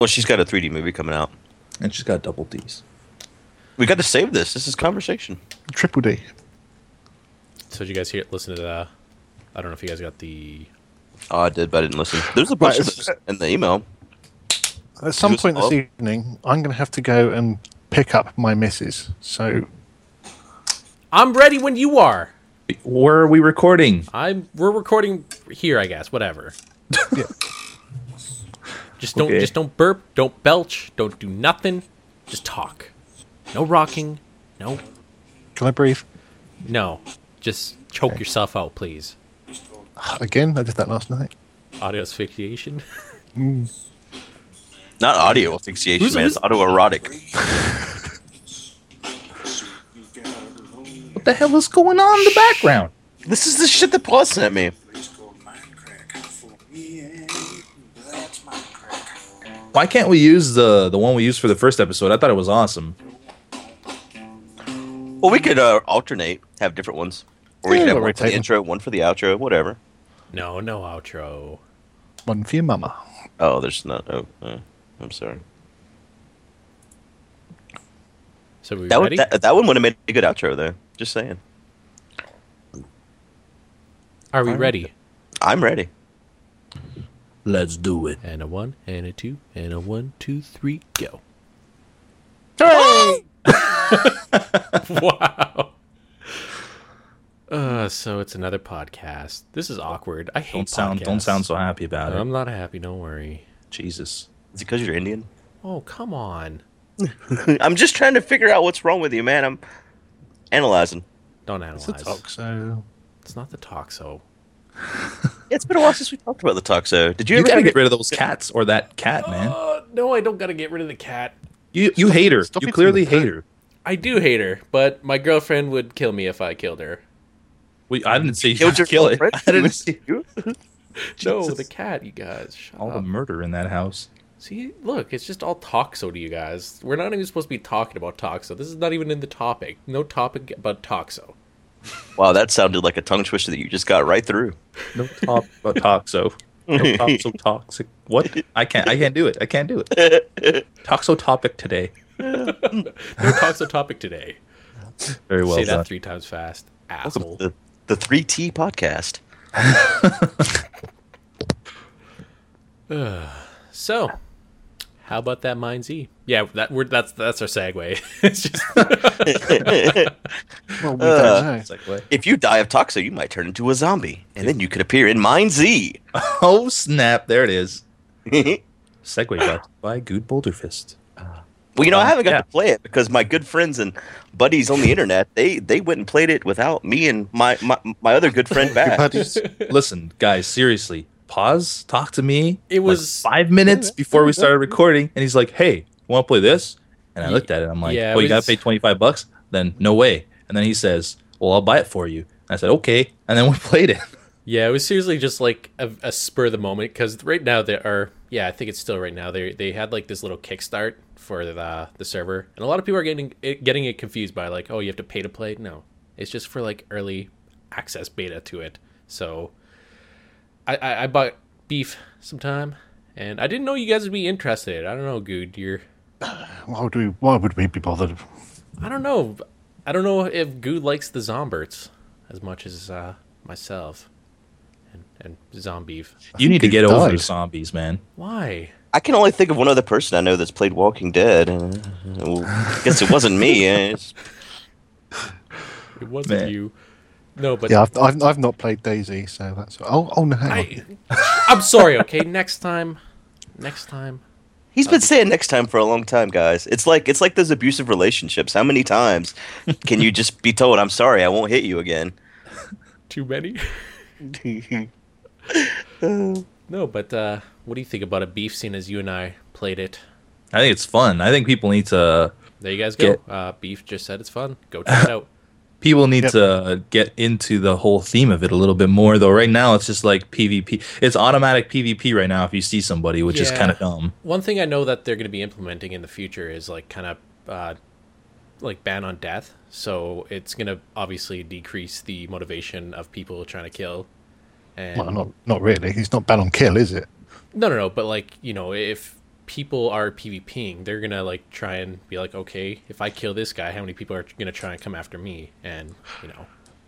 Well, she's got a 3D movie coming out. And she's got double D's. We got to save this. This is conversation. Triple D. So did you guys hear? Listen to the. I don't know if you guys got the. Oh, I did, but I didn't listen. There's a bunch Right, of it's- those in the email. At some Use point this up. evening, I'm going to have to go and pick up my missus. So I'm ready when you are. Where are we recording? I'm. We're recording here, I guess. Whatever. Yeah. Just don't. Okay. Just don't burp. Don't belch. Don't do nothing. Just talk. No rocking. No. can I breathe? No. Just choke yourself out, please. Again, I did that last night. Audio asphyxiation. Not audio asphyxiation, Who's- man. It's who's- autoerotic. What the hell is going on in the background? This is the shit that Paul sent me. Why can't we use the the one we used for the first episode? I thought it was awesome. Well, we could uh, alternate, have different ones. Or we Yeah, could have we'll one for the rotate. intro, one for the outro, whatever. No. No outro. One for your mama. Oh, there's not. Oh, uh, I'm sorry. So we That, would, ready? that, that one would have made a good outro, though. Just saying. Are we ready? I'm ready. Let's do it. And a one, and a two, and a one, two, three, go. wow. Uh, so it's another podcast. This is awkward. I hate Don't sound don't podcasts. sound so happy about it. I'm not happy. Don't worry. Jesus. Is it because you're Indian? Oh come on! I'm just trying to figure out what's wrong with you, man. I'm analyzing. Don't It's analyze. a talk, so It's not the toxo. It's been a while since we talked about the toxo. Did you, You ever gotta figure- get rid of those cats or that cat, man. Uh, no, I don't gotta get rid of the cat. You you hate her. stop You it from clearly the hate her. I do hate her, but my girlfriend would kill me if I killed her. We, I didn't see you killed your kill it. girlfriend? I didn't see No, Jesus. the cat. You guys, shut all the up. murder in that house. See, look, it's just all toxo to you guys. We're not even supposed to be talking about toxo. This is not even in the topic. No topic about toxo. Wow, that sounded like a tongue twister that you just got right through. No top but toxo. No toxo toxic. What? I can't. I can't do it. I can't do it. Toxo topic today. No toxo topic today. Very well Say done. that three times fast, asshole. The the three T podcast. So, how about that Mind Z? Yeah, that we're, that's that's our segue. it's just well, we Uh, don't know. It's like, what? If you die of toxo, you might turn into a zombie, and then you could appear in Mind Z. Oh snap! There it is. well, Segway by, by Good Boulder Fist. you know, I haven't got Yeah. to play it because my good friends and buddies on the internet they they went and played it without me and my my, my other good friend back. Buddies, Listen, guys, seriously, pause. Talk to me. It like, was- five minutes before we started recording, and he's like, "Hey, want to play this?" And I looked at it. I'm like, Yeah, it "Oh, you gotta was- pay twenty five bucks?" Then no way. And then he says, "Well, I'll buy it for you." And I said, "Okay." And then we played it. yeah, it was seriously just like a, a spur of the moment because right now they are yeah, I think it's still right now they they had like this little kickstart for the the server, and a lot of people are getting it, getting it confused by like oh you have to pay to play. No, it's just for like early access beta to it. So, I I, I bought beef sometime, and I didn't know you guys would be interested. I don't know, Good, you're why would we? Why would we be bothered? I don't know. I don't know if Goo likes the Zomberts as much as uh, myself and, and Zombief. You need to get over died. zombies, man. Why? I can only think of one other person I know that's played Walking Dead. and, uh, well, I guess it wasn't me. eh, it's- It wasn't Man. you. No, but Yeah, I've, I've, I've not played Daisy, so that's. Oh, oh no, hang on. I, I'm sorry, okay? Next time. Next time. He's been saying next time for a long time, guys. It's like it's like those abusive relationships. How many times can you just be told, "I'm sorry, I won't hit you again"? Too many? No, but uh, what do you think about a beef scene as you and I played it? I think it's fun. I think people need to There you guys go. Get- Uh, beef just said it's fun. Go check it out. people need Yep. to get into the whole theme of it a little bit more though right now it's just like pvp it's automatic pvp right now if you see somebody which is Yeah. kind of dumb One thing I know that they're going to be implementing in the future is like kind of uh, like ban on death. So it's going to obviously decrease the motivation of people trying to kill. And Well, not not really. It's not ban on kill, is it? no, no, no. But like you know, if people are PvPing, they're gonna like try and be like, okay, if I kill this guy, how many people are gonna try and come after me? And you know,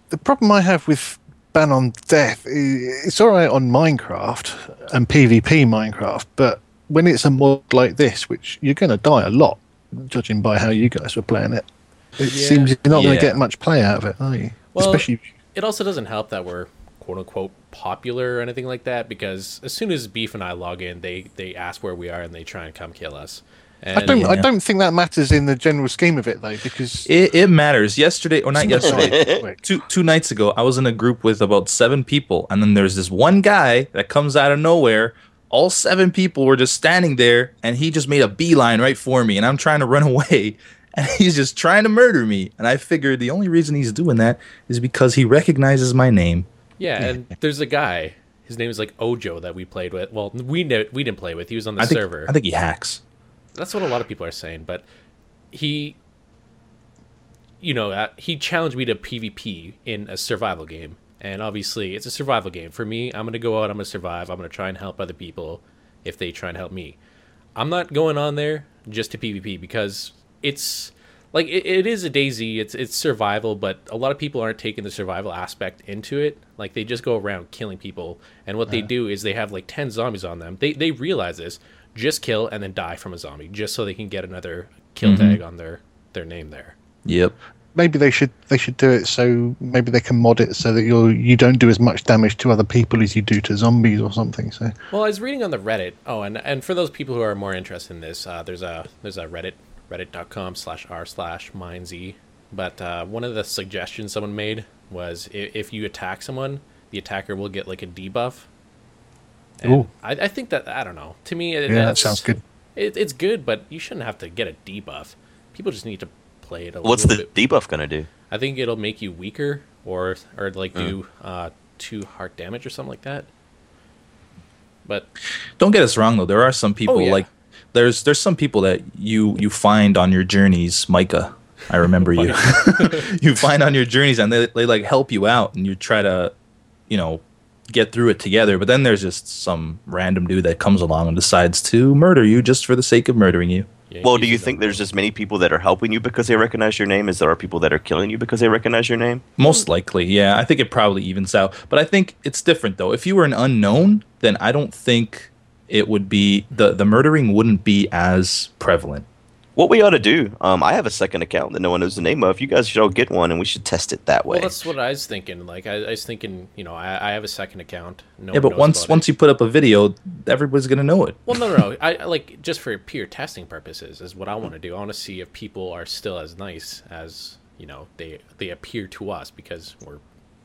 the problem I have with ban on death, i- it's all right on Minecraft and PvP Minecraft, but when it's a mod like this, which you're going to die a lot, judging by how you guys were playing it, it Yeah. seems you're not going Yeah. to get much play out of it, are you? Well- Especially, it also doesn't help that we're quote unquote popular or anything like that because as soon as Beef and I log in, they they ask where we are and they try and come kill us. And I don't, I Yeah. don't think that matters in the general scheme of it though, because It, it matters. Yesterday, or not yesterday, two two nights ago, I was in a group with about seven people, and then there's this one guy that comes out of nowhere. All seven people were just standing there, and he just made a beeline right for me, and I'm trying to run away, and he's just trying to murder me. And I figured the only reason he's doing that is because he recognizes my name. yeah, and there's a guy. His name is like Ojo that we played with. Well, we know we didn't play with. He was on the I think server. I think he hacks. That's what a lot of people are saying, but he you know, uh, he challenged me to PvP in a survival game. And obviously, it's a survival game. For me, I'm going to go out, I'm going to survive, I'm going to try and help other people if they try and help me. I'm not going on there just to PvP because it's like it, it is a daisy, it's it's survival, but a lot of people aren't taking the survival aspect into it. Like they just go around killing people, and what they do is they have like 10 zombies on them. They they realize this, just kill and then die from a zombie just so they can get another kill tag on their their name there. Yep. maybe they should they should do it so maybe they can mod it so that you're you don't do as much damage to other people as you do to zombies or something. So Well, I was reading on the Reddit. Oh, and and for those people who are more interested in this, uh, there's a there's a Reddit reddit.com slash r slash mindz. But uh, one of the suggestions someone made was if, if you attack someone, the attacker will get like a debuff. And Ooh. I, I think that I don't know. To me, it, yeah, that that's- sounds good. It, it's good, but you shouldn't have to get a debuff. People just need to play it a What's little the bit. debuff gonna do? I think it'll make you weaker or or like Hmm. do uh, two heart damage or something like that. But don't get us wrong though there are some people Oh, yeah. like there's there's some people that you you find on your journeys micah i remember you you find on your journeys and they, they like help you out and you try to you know get through it together but then there's just some random dude that comes along and decides to murder you just for the sake of murdering you yeah, Well, do you use it think on- there's as many people that are helping you because they recognize your name as there are people that are killing you because they recognize your name? Mm. Most likely, yeah. I think it probably evens out. But I think it's different though. If you were an unknown, then I don't think it would be the the murdering wouldn't be as prevalent. What we ought to do? Um, I have a second account that no one knows the name of. You guys should all get one, and we should test it that way. Well, that's what I was thinking. Like I, I was thinking, you know, I, I have a second account. No yeah, one but knows once about it. once you put up a video, everybody's gonna know it. Well, no, no, no. I I, like just for pure testing purposes is what I want to do. I want to see if people are still as nice as you know they they appear to us because we're,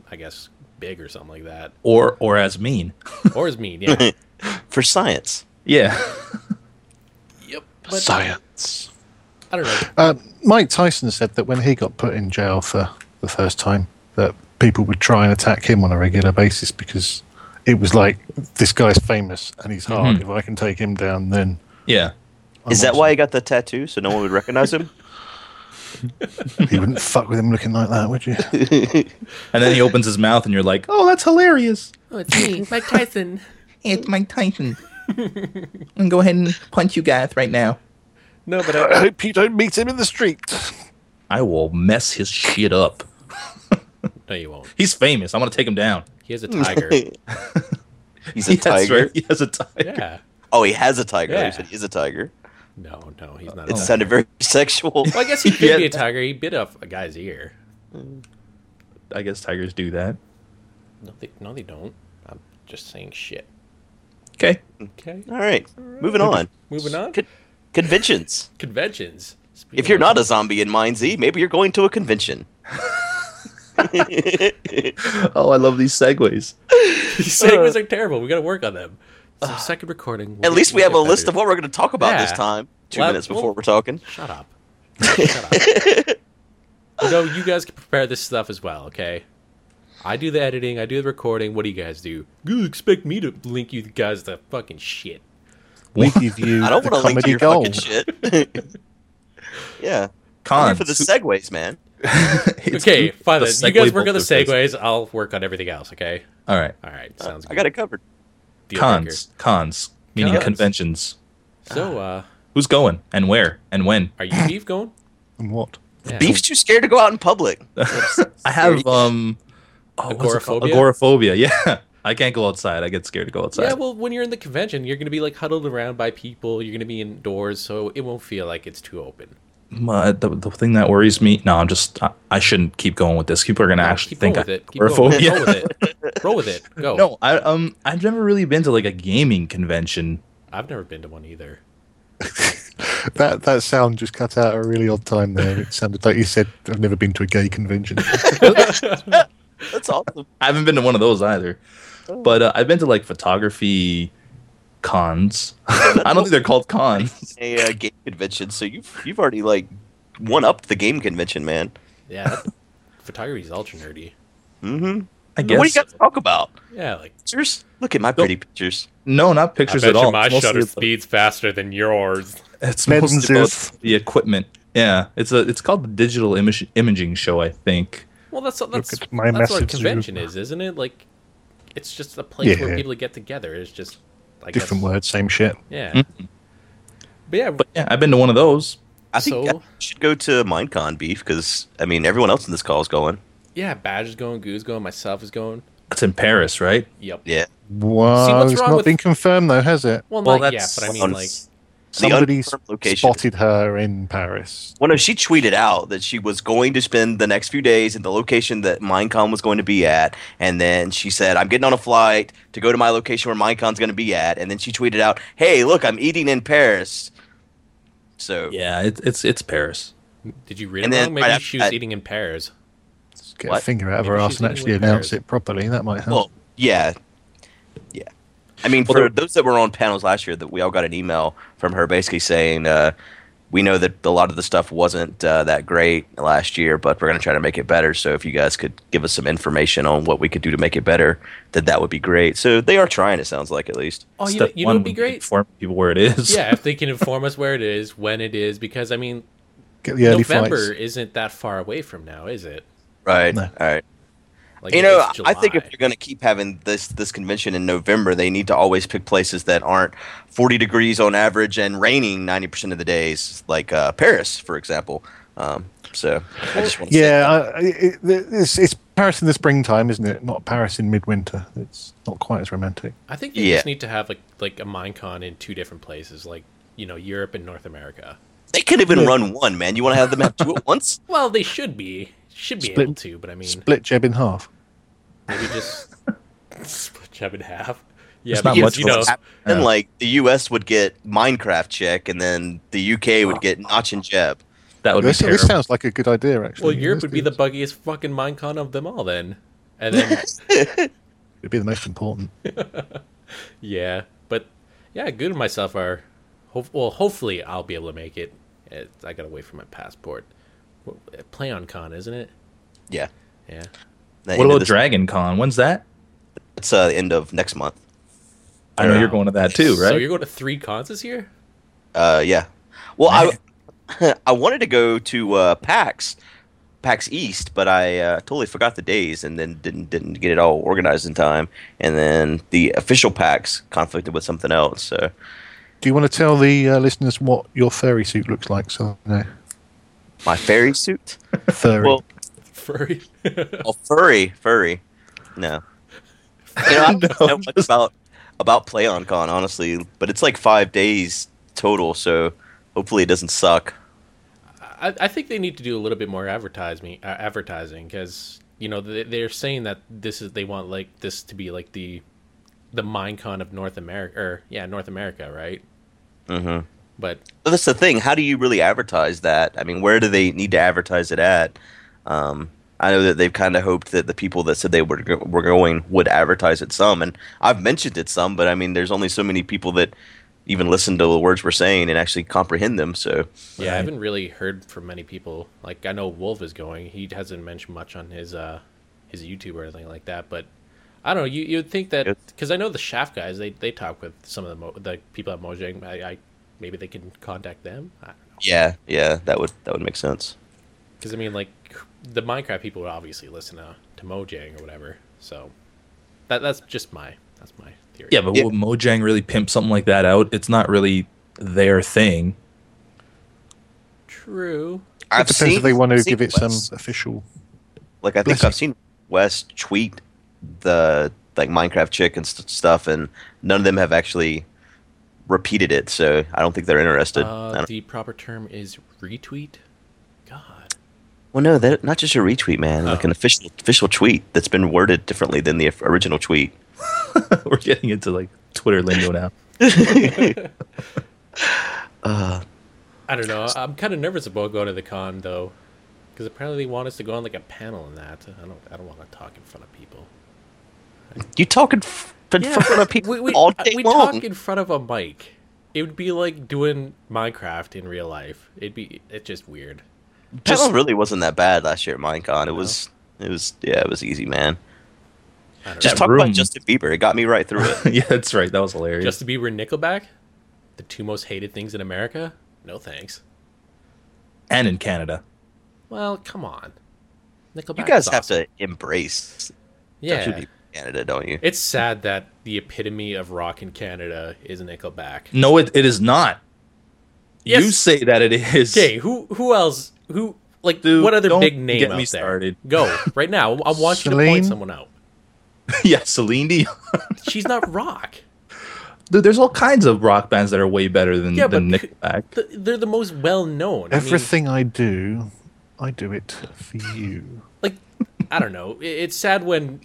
I guess, big or something like that, Or or as mean. or as mean. Yeah. For science. Yeah. yep. But Science. I don't know. Uh, Mike Tyson said that when he got put in jail for the first time, that people would try and attack him on a regular basis because it was like this guy's famous and he's hard. If I can take him down, then yeah. I'm Is that why he got the tattoo so no one would recognize him? awesome." you wouldn't fuck with him looking like that, would you? And then he opens his mouth and you're like, Oh, that's hilarious. Oh, it's me, Mike Tyson. It's Mike Tyson. and go ahead and punch you guys right now. No, but I, I hope you don't meet him in the street. I will mess his shit up. no, you won't. He's famous. I'm gonna take him down. He has a tiger. He's a That's tiger. right. He has a tiger. yeah. Oh, he has a tiger. Yeah. He said he's a tiger. No, no, he's not. It a tiger. sounded very sexual. Well, I guess he could Yeah. be a tiger. He bit off a guy's ear. I guess tigers do that. No, they, no, they don't. I'm just saying shit. Okay. Okay. All right, moving on. Moving on. Con- conventions. Conventions. Speaking If you're of- not a zombie in Mind Z, maybe you're going to a convention. Oh, I love these segues. these segments are terrible. We got to work on them. It's our second recording. At least we have a list of what we're going to talk about this Yeah. time. Two Well, minutes before well- we're talking. Shut up. Shut up. no, you guys can prepare this stuff as well. Okay. I do the editing. I do the recording. What do you guys do? You expect me to link you guys to fucking shit? We give you I don't the want to link to comedy your fucking gold. shit. yeah. I'm here Cons. for the segues, man. It's okay, the fine. then. You segue guys work on the bolster face. segues. I'll work on everything else. Okay. All right. Uh, All right. Sounds good. I got it covered. Deal breaker. Cons. Cons. Meaning Cons. conventions. So, uh, Who's going and where and when? are you Beef going? And what? Yeah. Beef's too scared to go out in public. I have um oh, what's it called? Agoraphobia? Agoraphobia. Yeah, I can't go outside. I get scared to go outside. Yeah, well, when you're in the convention, you're going to be like huddled around by people. You're going to be indoors, so it won't feel like it's too open. My- the, the thing that worries me. No, I'm just. I, I shouldn't keep going with this. People are gonna No, actually think keep going I with it. have Keep going. agoraphobia. Roll with it. Roll with it. Go. no, I um I've never really been to like a gaming convention. I've never been to one either. That that sound just cut out at a really odd time there. It sounded like you said, "I've never been to a gay convention." That's awesome. I haven't been to one of those either. Oh. But uh, I've been to like photography cons. I don't think they're called cons. A uh, game convention, so you've you've already like one upped the game convention, man. Yeah, that- photography's ultra nerdy. Mm-hmm. I guess. What do you got to talk about? Yeah, like Pictures? Look at my pretty pictures. No, not pictures at all. It's mostly the- speeds faster than yours. It's Lenses. mostly about the equipment. Yeah, it's a it's called the digital image, imaging show, I think. Well, that's that's, at my that's what a message convention is, isn't it? Like, it's just a place where Yeah. people get together. It's just I guess- Different words, same shit. Yeah. But yeah, Mm-hmm. But yeah, I've been to one of those. I think So- I should go to Minecon Beef because I mean everyone else in this call is going. yeah. Badge is going, Goo's going, myself is going. It's in Paris, right? Yep. Yeah, Wow, See, what's it's wrong not with- been confirmed though, has it? Well, Well, not yeah, that's- but I mean, on like, Somebody unconfirmed location. spotted her in Paris. Well, no, she tweeted out that she was going to spend the next few days in the location that Minecon was going to be at, and then she said, "I'm getting on a flight to go to my location where Minecon's going to be at," and then she tweeted out, "Hey, look, I'm eating in Paris." So Yeah, it's it's it's Paris. did you read it And then wrong? Maybe right after she was that- eating in pairs. Let's get a What? finger out of her Maybe ass she's and in actually with announce Paris. it properly. That might help. Well, yeah, yeah. I mean, Well, for there- those that were on panels last year, that we all got an email from her basically saying, uh, "We know that a lot of the stuff wasn't uh, that great last year, but we're going to try to make it better. So if you guys could give us some information on what we could do to make it better, then that would be great." So they are trying. It sounds like at least. Oh, you, know- Step you know, it'd one be would great. Inform people where it is. yeah, if they can inform us where it is, when it is, because I mean, get the early November flights. isn't that far away from now, is it? Right. No. All right. Like, You know, it's I think if July. you're going to keep having this this convention in November, they need to always pick places that aren't 40 degrees on average and raining 90% of the days, like uh, Paris, for example. Um, so I just want to Yeah, I, I- it, it's, it's Paris in the springtime, isn't it? Not Paris in midwinter. It's not quite as romantic. I think they Yeah. just need to have like like a Minecon in two different places, like you know Europe and North America. they could even run one, man. You want to have them have two at once? Well, they should be should be Split- able to, but I mean, Split Jeb in half. maybe just split Jeb in half. Yeah, It's not much because you of a know, s- And Yeah. like the U.S. would get Minecraft check, and then the UK would get Notch and Jeb. that would This, be this terrible. sounds like a good idea, actually. well, Europe Let's would do be the this. buggiest fucking Minecon of them all then, and then It'd be the most important. yeah, but yeah, good and myself are. Ho- well, hopefully I'll be able to make it. It- I gotta wait for my passport. Well, Play on con, isn't it? Yeah. Yeah. The What end of about this- Dragon Con? When's that? It's uh, end of next month. I know Wow. you're going to that too, right? So you're going to three cons this year? Uh, yeah. Well, I Man. I wanted to go to uh, PAX, PAX East, but I uh, totally forgot the days and then didn't didn't get it all organized in time. And then the official PAX conflicted with something else. So Do you want to tell the uh, listeners what your furry suit looks like? So no, my fairy suit, furry. well, Furry. oh, furry, furry. No, you know, I don't know much about about PlayOnCon honestly, but it's like five days total. So hopefully it doesn't suck. I, I think they need to do a little bit more advertising, uh, advertising, because you know they, they're saying that this is they want like this to be like the the Minecon of North America, or yeah, North America, right? hmm Uh-huh. But But that's the thing. How do you really advertise that? I mean, where do they need to advertise it at? Um, I know that they've kind of hoped that the people that said they were go- were going would advertise it some, and I've mentioned it some, but I mean, there's only so many people that even listen to the words we're saying and actually comprehend them. So yeah, I Right. haven't really heard from many people. Like I know Wolf is going; he hasn't mentioned much on his uh his YouTube or anything like that. But I don't know. You you'd think that It's- because I know the Shaft guys, they they talk with some of the mo- the people at Mojang. I, I maybe they can contact them. I, yeah, yeah, that would that would make sense. Because I mean, like the Minecraft people would obviously listen to, to Mojang or whatever. So that that's just my that's my theory. Yeah, but Yeah. would Mojang really pimp something like that out? It's not really their thing. True. It depends if they want to give it some official. Like I think Bless you. I've seen Wes tweet the like Minecraft chick and st- stuff, and none of them have actually repeated it. So I don't think they're interested. I Uh, don't- the proper term is retweet. God. well, no, they're not just a retweet, man. Oh. Like an official official tweet that's been worded differently than the original tweet. We're getting into like Twitter lingo now. I don't know. I'm kind of nervous about going to the con though, because apparently they want us to go on like a panel and that. I don't. I don't want to talk in front of people. You talking f- in front of people we, we, uh, all day we long? talk in front of a mic. It would be like doing Minecraft in real life. It'd be. It's just weird. Just really wasn't that bad last year at Minecon. It was it was yeah, it was easy, man. I don't Just know. talk room. about Justin Bieber. It got me right through it. yeah, that's right. That was hilarious. Just to be with Nickelback, the two most hated things in America. No thanks. and in Canada. Well, come on. Nickelback. You guys is have awesome. to embrace Yeah. country people in Canada, don't you? It's sad that the epitome of rock in Canada is Nickelback. No, it, it is not. You Yes. say that it is. Okay, who who else? Who like Dude, what other don't big name get out me there? started. Go right now. I want you to Celine? point someone out. yeah, Celine Dion. She's not rock. Dude, there's all kinds of rock bands that are way better than, Yeah, than but- Nickelback. Th- They're the most well known. Everything I do, I do it for you. I mean, like I don't know. I- It's sad when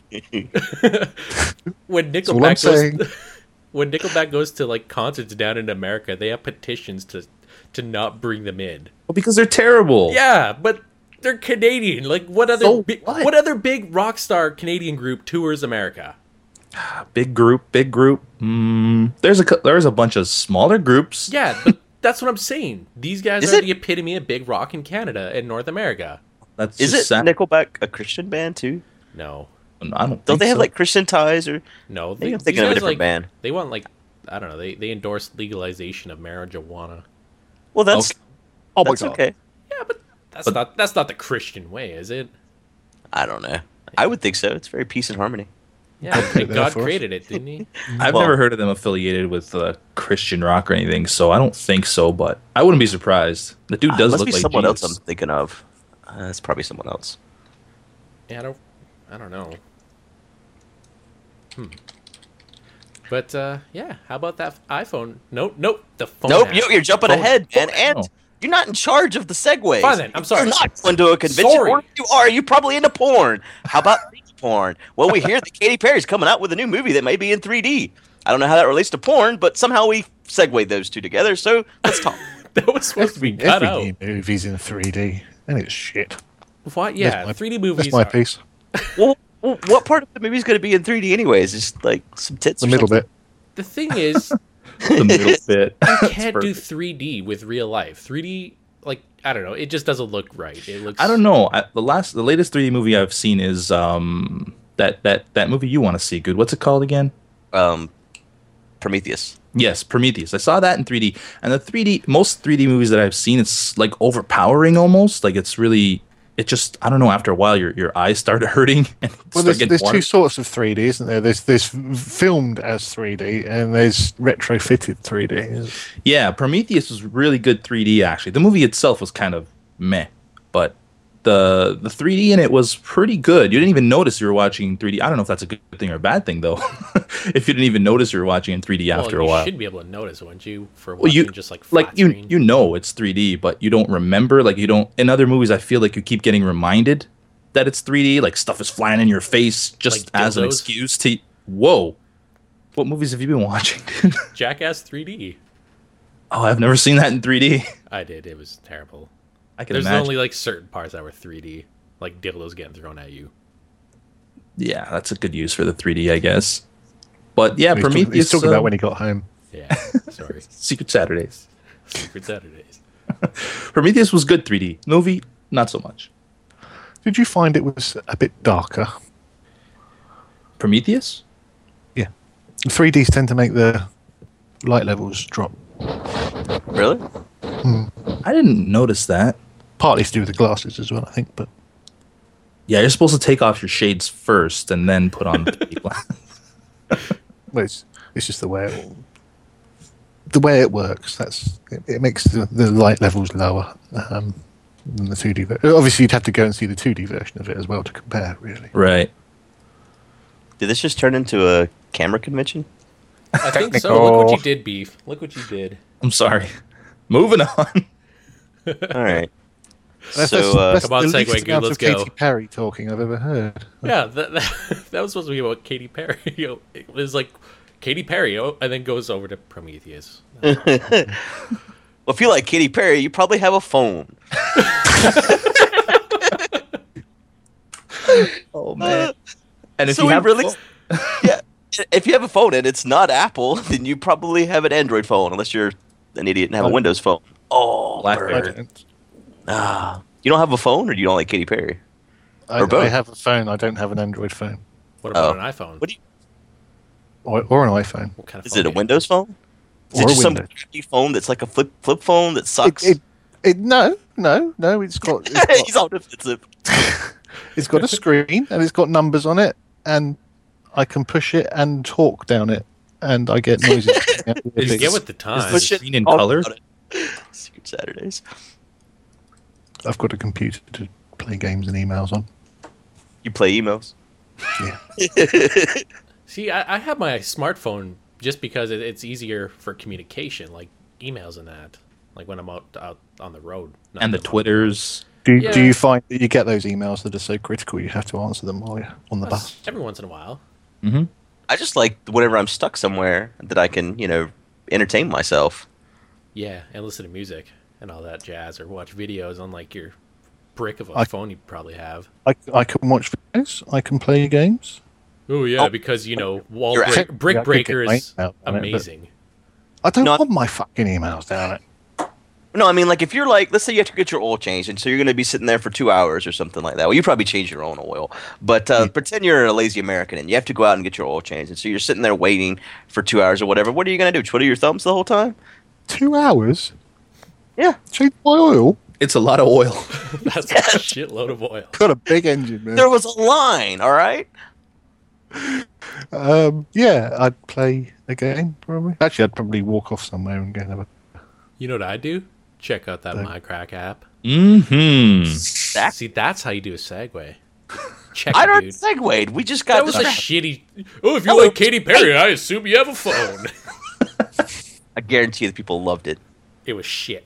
when That's all I'm Nickelback saying. goes when Nickelback goes to like concerts down in America. They have petitions to to not bring them in. Well, because they're terrible. Yeah, but they're Canadian. Like what other So big, what? what other big rock star Canadian group tours America? Big group, big group. Mm, there's a cou- there's a bunch of smaller groups. Yeah, but that's what I'm saying. These guys Is are it- the epitome of big rock in Canada and North America. That's Is just it sad. Nickelback a Christian band too? No, I don't. Don't think they have so. like Christian ties or? no. They, think I'm these thinking of a guys, different like, band. They want like I don't know. They they endorse legalization of marijuana. Well, that's Okay. Oh my that's god! okay. Yeah, but that's But- not that's not the Christian way, is it? I don't know. I would think so. It's very peace and harmony. Yeah, put like it there God for us. created it, didn't he? I've Well- never heard of them affiliated with uh, Christian rock or anything, so I don't think so. But I wouldn't be surprised. The dude Ah, does must look be like someone Jesus. else I'm thinking of. Uh, it's probably someone else. Yeah, I don't, I don't know. Hmm. But uh, yeah, how about that iPhone? Nope, nope. The phone. nope, app. you, you're jumping Phone- ahead, man. phone And app. you're not in charge of the segues. Oh, Fine then, I'm sorry. You're not going to a convention. Sorry. Or if you are. You're probably into porn. How about 3D porn? Well, we hear that Katy Perry's coming out with a new movie that may be in 3D. I don't know how that relates to porn, but somehow we segue those two together. So let's talk. that was supposed to be Every, cut every out. new movie's in 3D, and it's shit. Why? Yeah, That's my- 3D That's movies. my are- piece. well, well, what part of the movie's going to be in 3D anyways? Just like some tits. The or middle something? bit. The thing is, The middle bit. you That's can't do perfect. 3D with real life. 3D, like I don't know, it just doesn't look right. It looks. I don't know. I, the last, the latest 3D movie I've seen is um that that that movie you want to see. Good. What's it called again? Um, Prometheus. Yes, Prometheus. I saw that in 3D, and the 3D most 3D movies that I've seen, it's like overpowering almost. Like it's really, it just I don't know. After a while, your your eyes start hurting and Well, start there's, getting there's water. two sorts of 3D, isn't there? There's this filmed as 3D, and there's retrofitted 3D. Yeah, Prometheus was really good 3D actually. The movie itself was kind of meh, but the the 3D in it was pretty good. You didn't even notice you were watching 3D. I don't know if that's a good thing or a bad thing though. if you didn't even notice you were watching in 3D well, after you a while. should be able to notice, wouldn't you? For Well, watching you just like flat like you screen? you know it's 3D, but you don't remember. Like you don't in other movies. I feel like you keep getting reminded that it's 3D. Like stuff is flying in your face just Like as an dildos? excuse to. Whoa, what movies have you been watching? dude? Jackass 3D. oh, I've never seen that in 3D. I did. It was terrible. I can There's imagine. only like certain parts that were 3D, like dildos getting thrown at you. yeah, that's a good use for the 3D, I guess. But yeah, He's talking- Prometheus. he's uh, talking um, about when he got home. Yeah, sorry. Secret Saturdays. Secret Saturdays. Prometheus was good 3D movie, not so much. Did you find it was a bit darker? Prometheus. 3Ds tend to make the light levels drop. Really? I didn't notice that. Partly to do with the glasses as well, I think. But Yeah, you're supposed to take off your shades first and then put on the 3D glass. well, it's, it's just the way it all the way it works. That's it, it makes the, the light levels lower um, than the 2D. Ver- Obviously, you'd have to go and see the 2D version of it as well to compare. Really, Right. Did this just turn into a camera convention? I think so. Look what you Technical. did, Beef. Look what you did. I'm sorry. Moving on. All right. that's, so, that's- uh, that's Come on, the least Segway Goo, amount let's of go. Katy Perry talking I've ever heard. Yeah, that, that, that was supposed to be about Katy Perry. You know, It was like Katy Perry, oh, and then goes over to Prometheus. Well, if you like Katy Perry, you probably have a phone. Oh man. And if so you we have Oh, really, yeah, if you have a phone and it's not Apple, then you probably have an Android phone, unless you're an idiot and have a Windows phone. Oh, Blackberry. bird. Ah. you don't have a phone, or you don't like Katy Perry? I, Or both. I have a phone. I don't have an Android phone What about Oh. an iPhone? What do you, or, or an iPhone. What kind of is it phone a do you- Windows phone? Is Or it a just some Windows. crappy phone that's like a flip flip phone that It, sucks? it, it, no, no, no. It's got it's got, He's all defensive. it's got a screen and it's got numbers on it, and I can push it and talk down it, and I get noises. coming out of Just it. get with the time. Push it Green in all color? about it. Secret Saturdays. I've got a computer to play games and emails on. You play emails. Yeah. See, I, I have my smartphone just because it, it's easier for communication, like emails and that. Like when I'm out out on the road. not and the that long. Twitters. Do, do Yeah. you find that you get those emails that are so critical you have to answer them while you're on the bus? Every once in a while. I just like whenever I'm stuck somewhere that I can, you know, entertain myself. Yeah, and listen to music and all that jazz, or watch videos on like your brick of a I- phone you probably have. I, I can watch videos. I can play games. Oh yeah, because you know wall You're break, right. brick Yeah, I could breaker get is mine out on it, but- amazing. I don't No, I- want my fucking emails down it. No, I mean like if you're like, let's say you have to get your oil changed, and so you're going to be sitting there for two hours or something like that. Well, you probably change your own oil, but uh, pretend you're a lazy American and you have to go out and get your oil changed, and so you're sitting there waiting for two hours or whatever. What are you going to do? Twiddle your thumbs the whole time? Two hours. Yeah. Change my oil. It's a lot of oil. That's a shitload of oil. Got a big engine, man. There was a line, all right. Um, yeah, I'd play a game probably. Actually, I'd probably walk off somewhere and go and have a. You know what I do? Check out that Like- MyCrack app. Mm-hmm. That- See, that's how you do a segue. Check I it, don't dude. segued. We just That got was this a shitty. Oh, if you was- like Katy Perry, I assume you have a phone. I guarantee that people loved it. it was shit.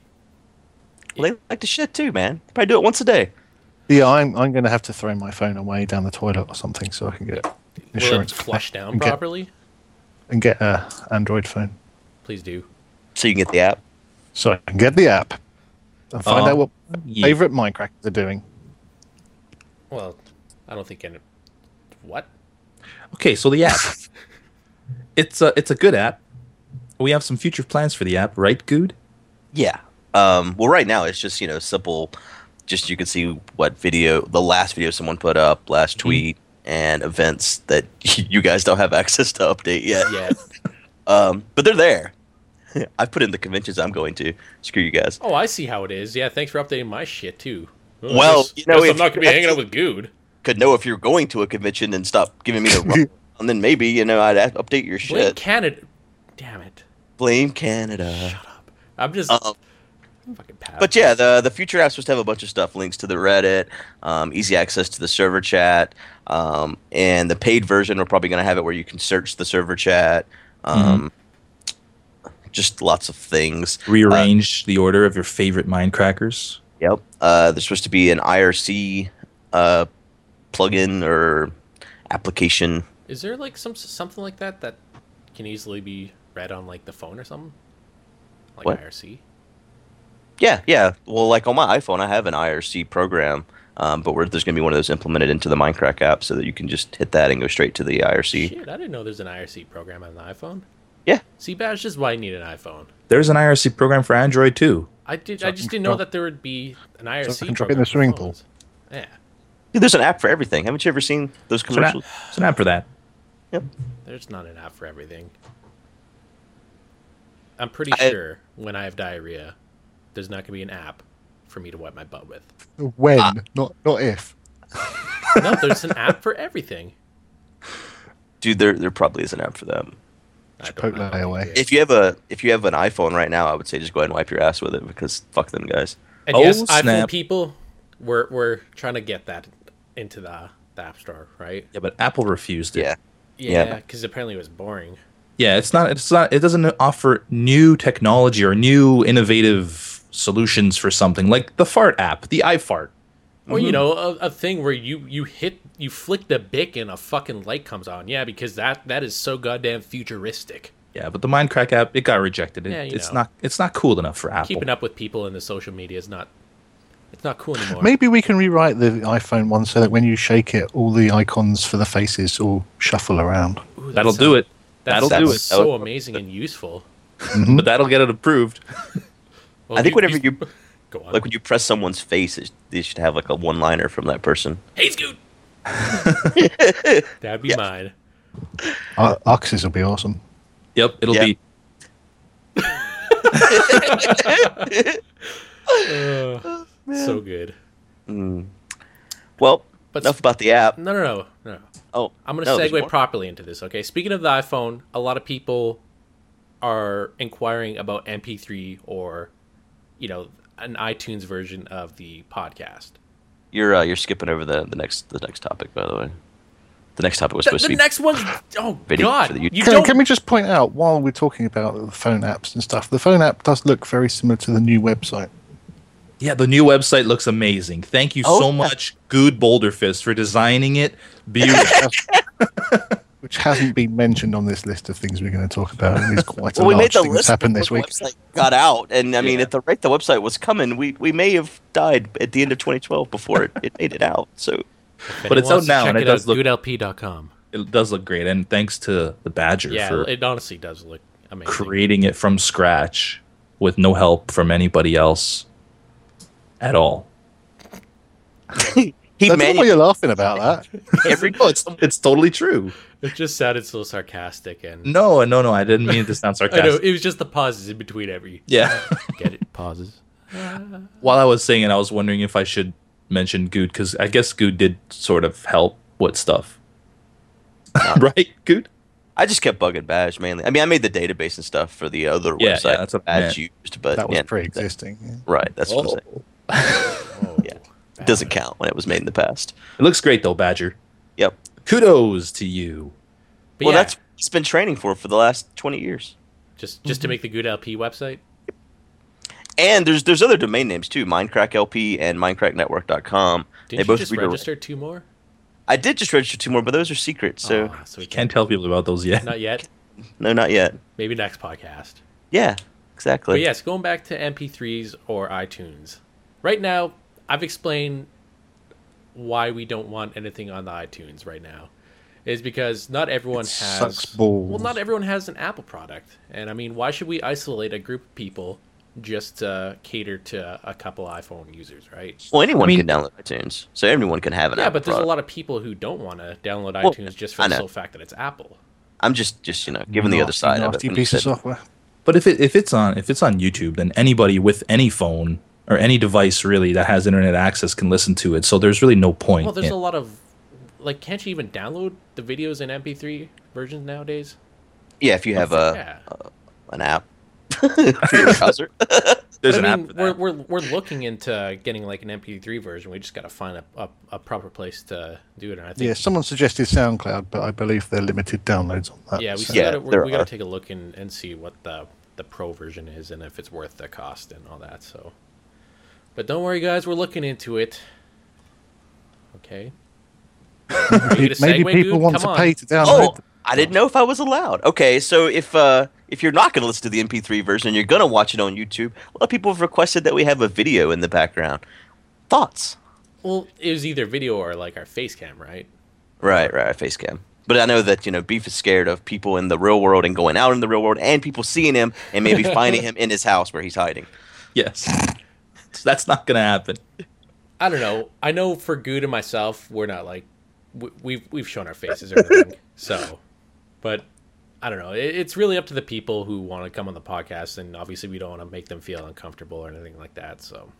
Well, they like the shit too, man. Probably do it once a day. Yeah, I'm I'm going to have to throw my phone away down the toilet or something so I can get Will it insurance flush down and get- properly? and get a Android phone Please do. So you can get the app. so I can get the app and find Oh, out what yeah. favorite Minecraft are doing. Well, I don't think any. What? Okay, so the app. it's a it's a good app. We have some future plans for the app, right, Good? Yeah. Um, well, right now it's just you know simple. Just you can see what video the last video someone put up, last tweet, and events that you guys don't have access to update yet. Yeah. Um, but they're there. I put in the conventions I'm going to. Screw you guys. Oh, I see how it is. Yeah, thanks for updating my shit too. Oh, Well, guess- you know, guess if- I'm not gonna be hanging out with Good. Could know if you're going to a convention and stop giving me the run. and then maybe you know I'd a- update your Blame shit. Canada. Damn it! Blame Canada. Shut up. I'm just Um, fucking pat. But yeah, the the future app's supposed to have a bunch of stuff: links to the Reddit, um, easy access to the server chat, um, and the paid version. We're probably going to have it where you can search the server chat. Um, Just lots of things. Rearrange the order of your favorite Minecrackers. Yep. Uh, there's supposed to be an IRC uh, plugin or application. is there like some something like that that can easily be read on like the phone or something? Like What? IRC. Yeah, yeah. Well, like on my iPhone, I have an IRC program. Um, but we're, there's going to be one of those implemented into the Minecraft app so that you can just hit that and go straight to the IRC. Shit, I didn't know there's an IRC program on the iPhone. Yeah. See, Bash is why I need an iPhone. There's an IRC program for Android too. I did. So I I just can didn't know drop- that there would be an IRC. can drop it program in the for swimming pool. phones. Yeah, Dude, there's an app for everything. Haven't you ever seen those There's an app, commercials? there's an app for that. Yep. there's not an app for everything. I'm pretty I- sure when I have diarrhea, there's not gonna be an app for me to wipe my butt with. When, Ah. not not if. No, there's an app for everything. Dude, there there probably is an app for that. don't know. Chipotle away. If you have a if you have an iPhone right now, I would say just go ahead and wipe your ass with it because fuck them guys. And Oh, yes, iPhone snap. people, we're we're trying to get that into the, the app store, right? Yeah, but Apple refused it. Yeah. Yeah. Yeah, because apparently it was boring. Yeah, it's not. It's not. It doesn't offer new technology or new innovative solutions for something like the fart app, the iFart. Well, Mm-hmm. you know, a, a thing where you you hit you flick the bic and a fucking light comes on. Yeah, because that that is so goddamn futuristic. Yeah, but the Minecraft app, it got rejected. It, Yeah, you it's know. not. It's not cool enough for Apple. Keeping up with people in the social media is not it's not cool anymore. Maybe we can rewrite the iPhone one so that when you shake it, all the icons for the faces all shuffle around. Ooh, that That'll sounds- do it. that That'll sounds do it. So amazing and useful. But that'll get it approved. Well, I think whenever you go on, like when you press someone's face, it, they should have like a one liner from that person. hey Scoot, that'd be mine. Our Oxys will be awesome. Yep, it'll Yeah. be. So good. Well, But- enough about the app. No, no, no, no. Oh, I'm going to no, there's segue more. properly into this. Okay. Speaking of the iPhone, a lot of people are inquiring about MP3 or, you know, an iTunes version of the podcast. You're uh, you're skipping over the, the next the next topic, by the way. The next topic was The, supposed the to be next one's oh Video god, for the you YouTube- Can, don't. can we just point out while we're talking about the phone apps and stuff, the phone app does look very similar to the new website. Yeah, the new website looks amazing. Thank you Oh, so yeah. much, Good Boulder Fist, for designing it. Beautiful. Which hasn't been mentioned on this list of things we're going to talk about. It's quite a well, we made large the thing list that's happened Oh, this before week. the website got out, and I mean, Yeah. at the rate the website was coming, we, we may have died at the end of 2012 before it, it made it out. So If But it's anyone wants out to now, check and it out, does look- GoodLP.com. it does look great, and thanks to the Badger Yeah, for it honestly does look amazing. creating it from scratch with no help from anybody else at all. he I don't know why managed you're laughing about that. every No, it's it's totally true. It just sounded so sarcastic and No, no, no. I didn't mean it to sound I know sarcastic. it was just the pauses in between every Yeah. get it pauses. While I was saying it, I was wondering if I should mention Good because I guess Good did sort of help with stuff, right? Good. I just kept bugging Bash mainly. I mean, I made the database and stuff for the other Yeah, website yeah, that's what I Bash used, but That was yeah, pre-existing. yeah. right. That's what I'm saying. Oh. Oh, Yeah. It doesn't count when it was made in the past. It looks great though, Badger. Yep. Kudos to you. But well, yeah, that's what it's been training for for the last 20 years. just just to Mm-hmm. make the Good LP website. And there's there's other domain names too, Minecraft LP and MinecraftNetwork.com. Didn't they both you just redirect- register two more? I did just register two more, but those are secret, so Ah, so we can't. Can't tell people about those yet. Not yet. no, not yet. Maybe next podcast. Yeah, exactly. But yes, going back to MP3s or iTunes. Right now, I've explained why we don't want anything on the iTunes right now. Is because not everyone has sucks balls. Well, not everyone has an Apple product. And I mean, why should we isolate a group of people just to cater to a couple iPhone users, right? Well, anyone I mean- can download iTunes, so everyone can have an Yeah, Apple but there's a product. lot of people who don't want to download Well, iTunes just for I the know. sole fact that it's Apple. I'm just, just you know, giving the other Nasty, side of it. nasty when you piece of said- software. But if it if it's on if it's on YouTube, then anybody with any phone or any device really that has internet access can listen to it. So there's really no point. Well, there's in- a lot of like, can't you even download the videos in MP3 versions nowadays? Yeah, if you have Uh, a yeah. an app for your browser. there's an But I app. mean, for we're, that. we're we're looking into getting like an MP3 version. We just got to find a, a a proper place to do it. And I think Yeah, someone suggested SoundCloud, but I believe there are limited downloads on that. yeah, we so- still gotta, there we're, we got are. to take a look and, and see what the the pro version is and if it's worth the cost and all that. So, but don't worry, guys, we're looking into it. Okay. Are you gonna Maybe segue, people dude? want Come to on. pay to download. Oh, I didn't know if I was allowed. Okay, so if uh, if you're not going to listen to the MP3 version, and you're going to watch it on YouTube. A lot of people have requested that we have a video in the background. Thoughts? Well, it was either video or like our face cam, right? Right, right, face cam. But I know that you know Beef is scared of people in the real world and going out in the real world, and people seeing him and maybe finding him in his house where he's hiding. yes. So that's not gonna happen. I don't know. I know for Good and myself, we're not like we- we've we've shown our faces or anything. So, but I don't know. It, it's really up to the people who want to come on the podcast, and obviously we don't want to make them feel uncomfortable or anything like that. So,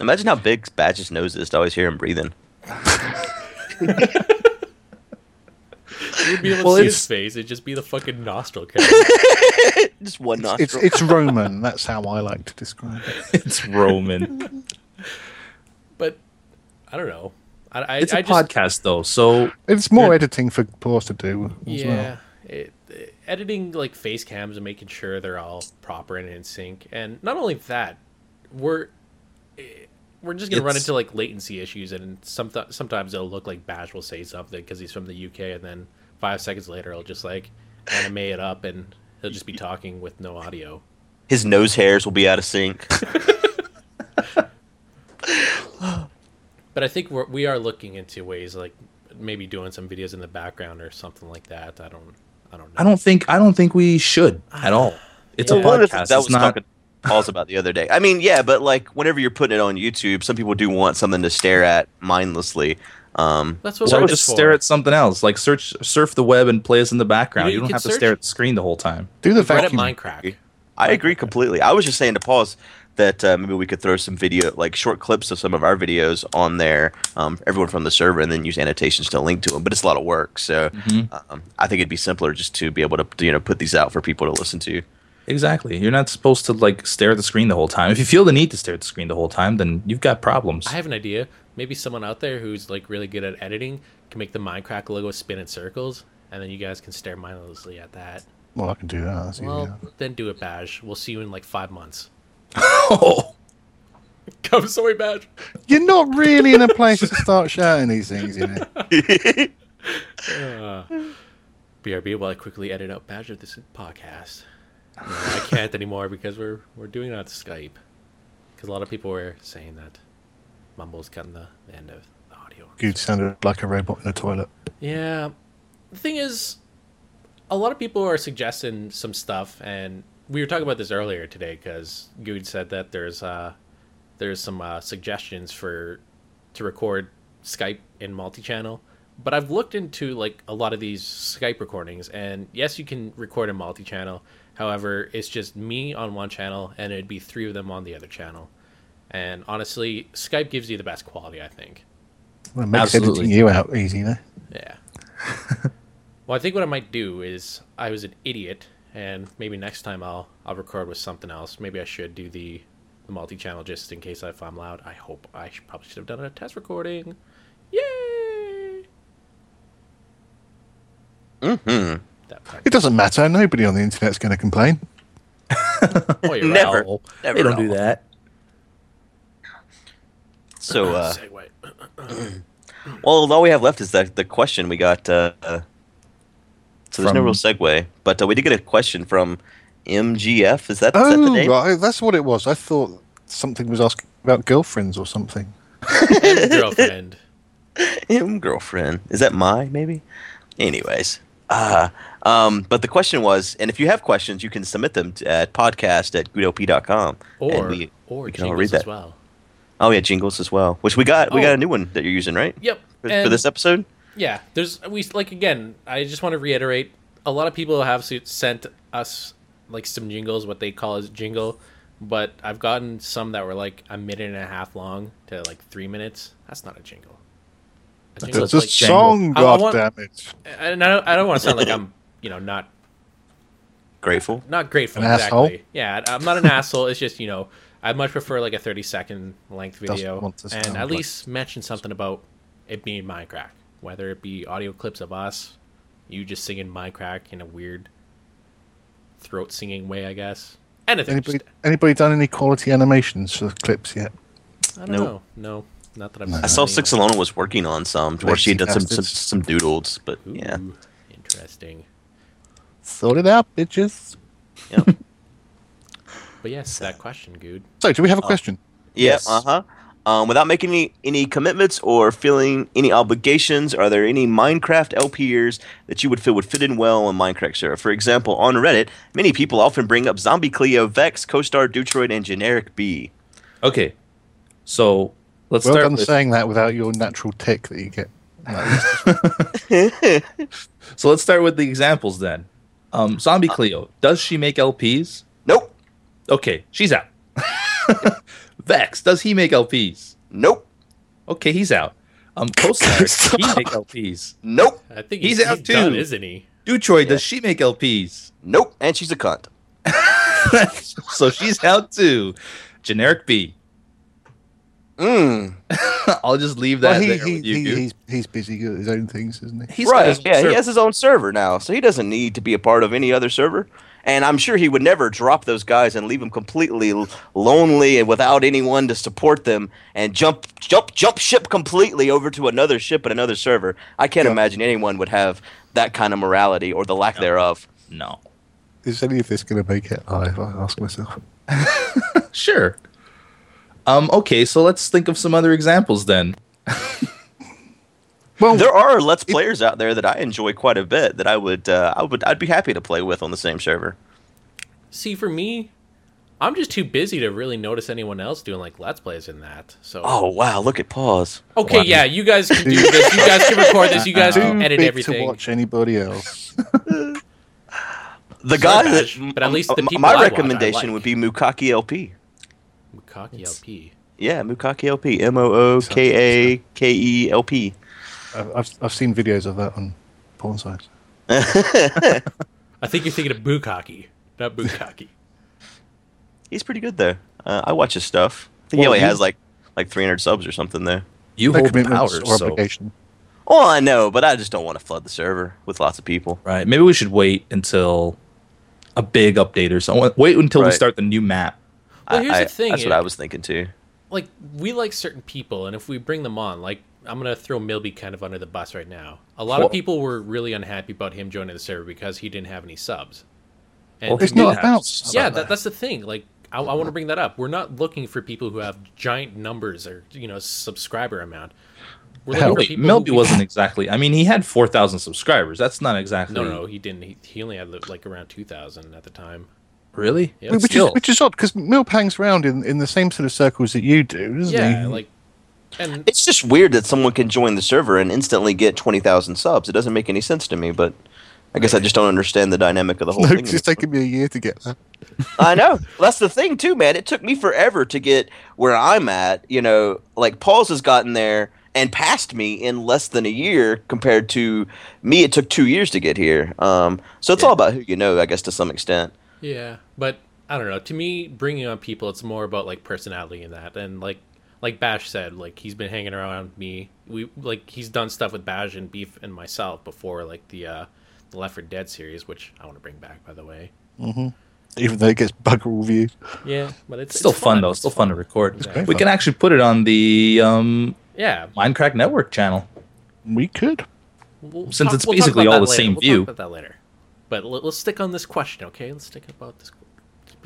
Imagine how big Badge's nose is to always hear him breathing. You would be able Well, to see it's- his face. It'd just be the fucking nostril cavity. Just one It's nostril. it's Roman. That's how I like to describe it. it's Roman. but I don't know. I, I, It's a I just, podcast though, so It's more editing for Paws to do as yeah, well. It, it- editing like face cams and making sure they're all proper and in sync. And not only that, we're eh, we're just gonna run It's- into like latency issues, and some sometimes it'll look like Bash will say something because he's from the UK, and then five seconds later it'll just like anime it up, and he'll just be talking with no audio. His nose hairs will be out of sync. But I think we're, we are looking into ways like maybe doing some videos in the background or something like that. I don't, I don't know. I don't think I don't think we should at all. It's Well, a one of the podcast. things I it's was not. talking to Paul's about the other day. I mean, yeah, but like whenever you're putting it on YouTube, some people do want something to stare at mindlessly. Um, That's what So we're just for. stare at something else, like search, surf the web, and play us in the background. You You, know, don't you can have to search- stare at the screen the whole time. Do the Reddit vacuum. Minecraft. I agree completely. I was just saying to pause that uh, maybe we could throw some video, like short clips of some of our videos on there, um, everyone from the server, and then use annotations to link to them. But it's a lot of work, so Mm-hmm. um, I think it'd be simpler just to be able to you know put these out for people to listen to. Exactly. You're not supposed to like stare at the screen the whole time. If you feel the need to stare at the screen the whole time, then you've got problems. I have an idea. Maybe someone out there who's like really good at editing can make the Minecraft logo spin in circles, and then you guys can stare mindlessly at that. Well, I can do that. That's easy. Well, then do it, Badge. We'll see you in like five months. oh, Come, sorry, Badge. You're not really in a place to start shouting these things, you know. BRB while I quickly edit out Badge of this podcast. No, I can't anymore because we're we're doing it on Skype. Because a lot of people were saying that Mumble's cutting the the end of the audio. Good sounded like a robot in a toilet. Yeah. The thing is, a lot of people are suggesting some stuff, and we were talking about this earlier today because Good said that there's uh, there's some uh, suggestions for to record Skype in multi-channel. But I've looked into like a lot of these Skype recordings, and yes, you can record in multi-channel. However, it's just me on one channel, and it'd be three of them on the other channel. And honestly, Skype gives you the best quality, I think. Well, it makes Absolutely. editing you out easy, there. Yeah. well, I think what I might do is I was an idiot, and maybe next time I'll I'll record with something else. Maybe I should do the the multi-channel just in case if I'm loud. I hope I should, probably should have done a test recording. Yay! Mm-hmm. That part. It doesn't matter. Nobody on the internet's going to complain. Oh, you're right. Never. oh, Never they don't at do all. that. So, uh, Segue. well, all we have left is the the question we got. Uh, uh, so there's no From- real segue, but uh, we did get a question from MGF. Is that, is that the Oh, name? right. That's what it was. I thought something was asking about girlfriends or something. And girlfriend. M girlfriend. Is that my maybe? Anyways. Uh, um, but the question was, and if you have questions, you can submit them to, at podcast at gudop.com. Or and we, or we can all jingles read that. as well. Oh yeah, jingles as well. Which we got we Oh. got a new one that you're using, right? Yep. For, for and- this episode? yeah there's we like again i just want to reiterate a lot of people have su- sent us like some jingles what they call as jingle but i've gotten some that were like a minute and a half long to like three minutes that's not a jingle a jingle It's is a like, jangle. song, Oh, I- I want- goddammit. and I don't, I don't want to sound like i'm you know not Grateful. not grateful An exactly asshole? yeah i'm not an asshole it's just you know i much prefer like a 30 second length Doesn't video want to sound and at like- least mention something about it being minecraft whether it be audio clips of us you just singing minecraft in a weird throat singing way i guess anything Anybody, just- anybody done any quality animations for clips yet? i don't Nope. know no not that i'm I saw Six Alone was working on some where she had done some, some some doodles, but yeah. interesting Sort it out, bitches. Yep. but yes that question good So, do Uh, we have a question? Yeah, Yes. uh huh. Um, without making any, any commitments or feeling any obligations, are there any Minecraft LPers that you would feel would fit in well on Minecraft server? For example, on Reddit, many people often bring up Zombie Cleo, Vex, Co-Star, Deuteroid, and Generic B. Okay, so let's well start. done With, saying that without your natural tick that you get. so let's start with the examples then. Um, Uh. Zombie Cleo, does she make LPs? Nope, Okay, she's out. Vex, does he make LPs? nope. Okay, he's out. um, co-star. Does he make LPs? Nope. I think He's he's, out too. done, isn't he? Dutroy, does she make LPs? Nope. And she's a cunt. so she's out too. Generic B. Mm. I'll just leave that Hmm. Well, he, there he, with you. he- Duke. he's, he's busy with his own things, isn't he? He's got Right. his own Yeah, server. he has his own server now, so he doesn't need to be a part of any other server. And I'm sure he would never drop those guys and leave them completely l- lonely and without anyone to support them and jump jump jump ship completely over to another ship and another server. I can't imagine anyone would have that kind of morality or the lack thereof. No. Is any of this going to make it live? I ask myself. Sure. Um, okay, so let's think of some other examples then. Well, There are let's players out there that I enjoy quite a bit that I would uh, I would I'd be happy to play with on the same server. See, for me, I'm just too busy to really notice anyone else doing like let's plays in that. So Oh wow, look at pause. okay, Wow. yeah, you guys can do this. You guys can record this. You guys too can big edit to everything. watch anybody else. The Sorry, guy Badge, that but at least the m- people I my watch, I recommendation like. would be Mukaki LP. Cocky LP. Yeah, Mukaki LP. M O O K A K E L P. I've, I've, I've seen videos of that on porn sites. I think you're thinking of Bukaki, not Bukaki. He's pretty good there. Uh, I watch his stuff. I think he Well, only he- has like like 300 subs or something there. You No hold the commitments power, or so obligation. Oh, I know, but I just don't want to flood the server with lots of people. right. Maybe we should wait until a big update or something. Wait until we Right. start the new map. Well, here's I- I- the thing, That's what it- I was thinking too. like we like certain people, and if we bring them on, like I'm gonna throw Milby kind of under the bus right now. A lot Well- of people were really unhappy about him joining the server because he didn't have any subs. And Well, It's You not have about. some- yeah, that, that's the thing. Like I, I want to bring that up. We're not looking for people who have giant numbers or you know subscriber amount. We're looking Hell, for Wait, people. who Melby we- wasn't exactly. I mean, he had 4,000 subscribers. That's not exactly. No, no, he didn't. He, he only had like around two thousand at the time. Really? Yeah. But Which still. is, which is odd because Milp hangs around in, in the same sort of circles that you do, doesn't he? Yeah, like and It's just weird that someone can join the server and instantly get 20,000 subs. It doesn't make any sense to me, but I guess I just don't understand the dynamic of the whole no, thing. 'cause it's taken me a year to get that. I know. Well, that's the thing too, man. It took me forever to get where I'm at. You know, like Paul's has gotten there and passed me in less than a year compared to me. It took two years to get here. Um, so it's all about who you know, I guess, to some extent. Yeah, but I don't know. To me, bringing on people, it's more about like personality and that, and like like Bash said, like he's been hanging around me. We like he's done stuff with Bash and Beef and myself before, like the uh the Left 4 Dead series, which I want to bring back, by the way. Even though it gets bugger all views. Yeah, but it's It's still it's fun, though. It's still fun to record. We can actually put it on the um, Yeah, Minecraft Network channel. We could. we'll Since it's talk basically all about that the later. same we'll view. Talk about that later. But let, let's stick on this question, okay? Let's stick about this.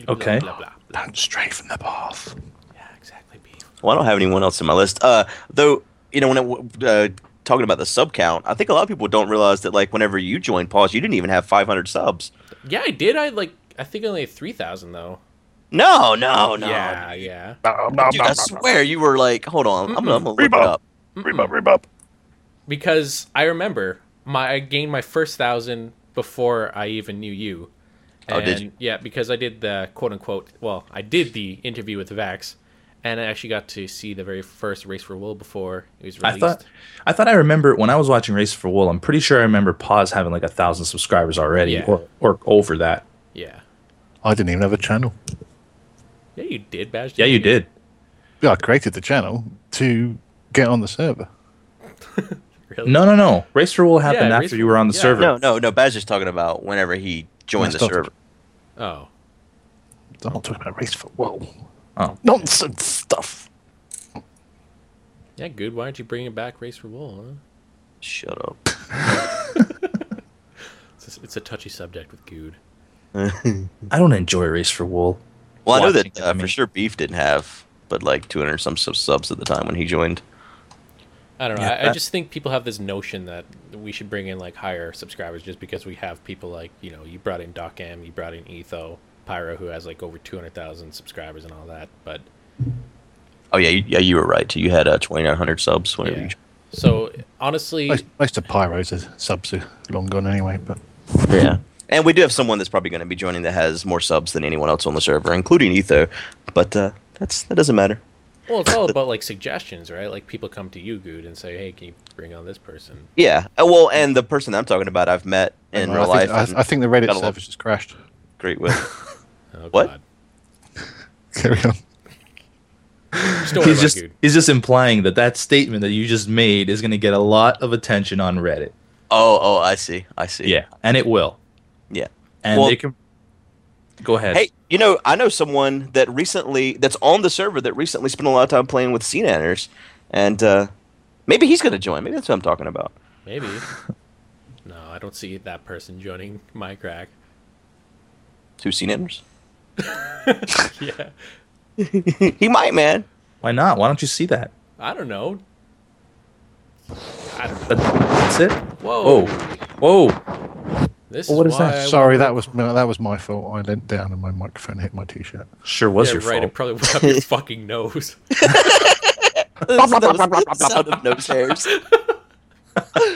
Okay. Blah, blah, blah. Don't stray from the path. Yeah, exactly. Beef. Well, I don't have anyone else in my list. Uh, though, you know, when I, uh, talking about the sub count, I think a lot of people don't realize that, like, whenever you joined Paul's, you didn't even have 500 subs. Yeah, I did. I like. I think I only had three thousand though. No, no, no. Yeah, yeah. Dude, I swear you were like, hold on, I'm, gonna- I'm gonna look it up. because I remember my I gained my first thousand before I even knew you. Oh, did And, you? Yeah, because I did the quote unquote. Well, I did the interview with Vax, and I actually got to see the very first race for Will before it was I released. thought, I thought I remember when I was watching Race for Wool. I'm pretty sure I remember Paws having like a thousand subscribers already, Yeah. or or over that. Yeah, I didn't even have a channel. yeah, you did, Badge. Yeah, didn't you did. Yeah, I created the channel to get on the server. Really? No, no, no. Race for Wool happened Yeah, after Race for you were on the Wool, yeah. server. No, no, no. Badger's talking about whenever he joined the No, stop. server. Oh, I'm not talking about race for whoa. Oh. Nonsense stuff. yeah, good. Why aren't you bringing back race for Will? Huh? Shut up. It's a, it's a touchy subject with Good. I don't enjoy Race for Wool. Well, I know watching that it, uh, I for mean. sure Beef didn't have, but like 200 some sub- subs at the time when he joined. I don't know. Yeah, I, I that- just think people have this notion that we should bring in like higher subscribers just because we have people like you know you brought in Doc M, you brought in Etho, Pyro, who has like over two hundred thousand subscribers and all that. But Oh yeah, you, yeah, you were right. You had uh, 2,900 subs whenever yeah. you So honestly, Most, most of Pyro's are subs are long gone anyway, but joined. Yeah. And we do have someone that's probably going to be joining that has more subs than anyone else on the server, including Etho. But uh, that's that doesn't matter. Well, it's all about like suggestions, right? Like people come to you, Good, and say, "Hey, can you bring on this person?" Yeah. Uh, Well, and the person I'm talking about, I've met in I real life. think, I, and I think the Reddit got along service has crashed. great with. Oh, What? God. Carry on. Just don't worry He's about just Good. he's just implying that that statement that you just made is going to get a lot of attention on Reddit. Oh, oh, I see. I see. Yeah, and it will. Yeah. And Well- they can go ahead. Hey, you know, I know someone that recently that's on the server that recently spent a lot of time playing with CNanners, and uh, maybe he's going to join. Maybe that's what I'm talking about. Maybe. No, I don't see that person joining my crack. Two CNanners. Yeah, he might, man. why not? Why don't you see that? I don't know. I don't know. That- That's it. Whoa, Whoa, whoa! this What is why that? I Sorry, that was my- that was my fault. I leant down and my microphone hit my t-shirt. Sure wa- was yeah, your right. It fault. probably went up your fucking nose. That was the sound of nose hairs. Uh.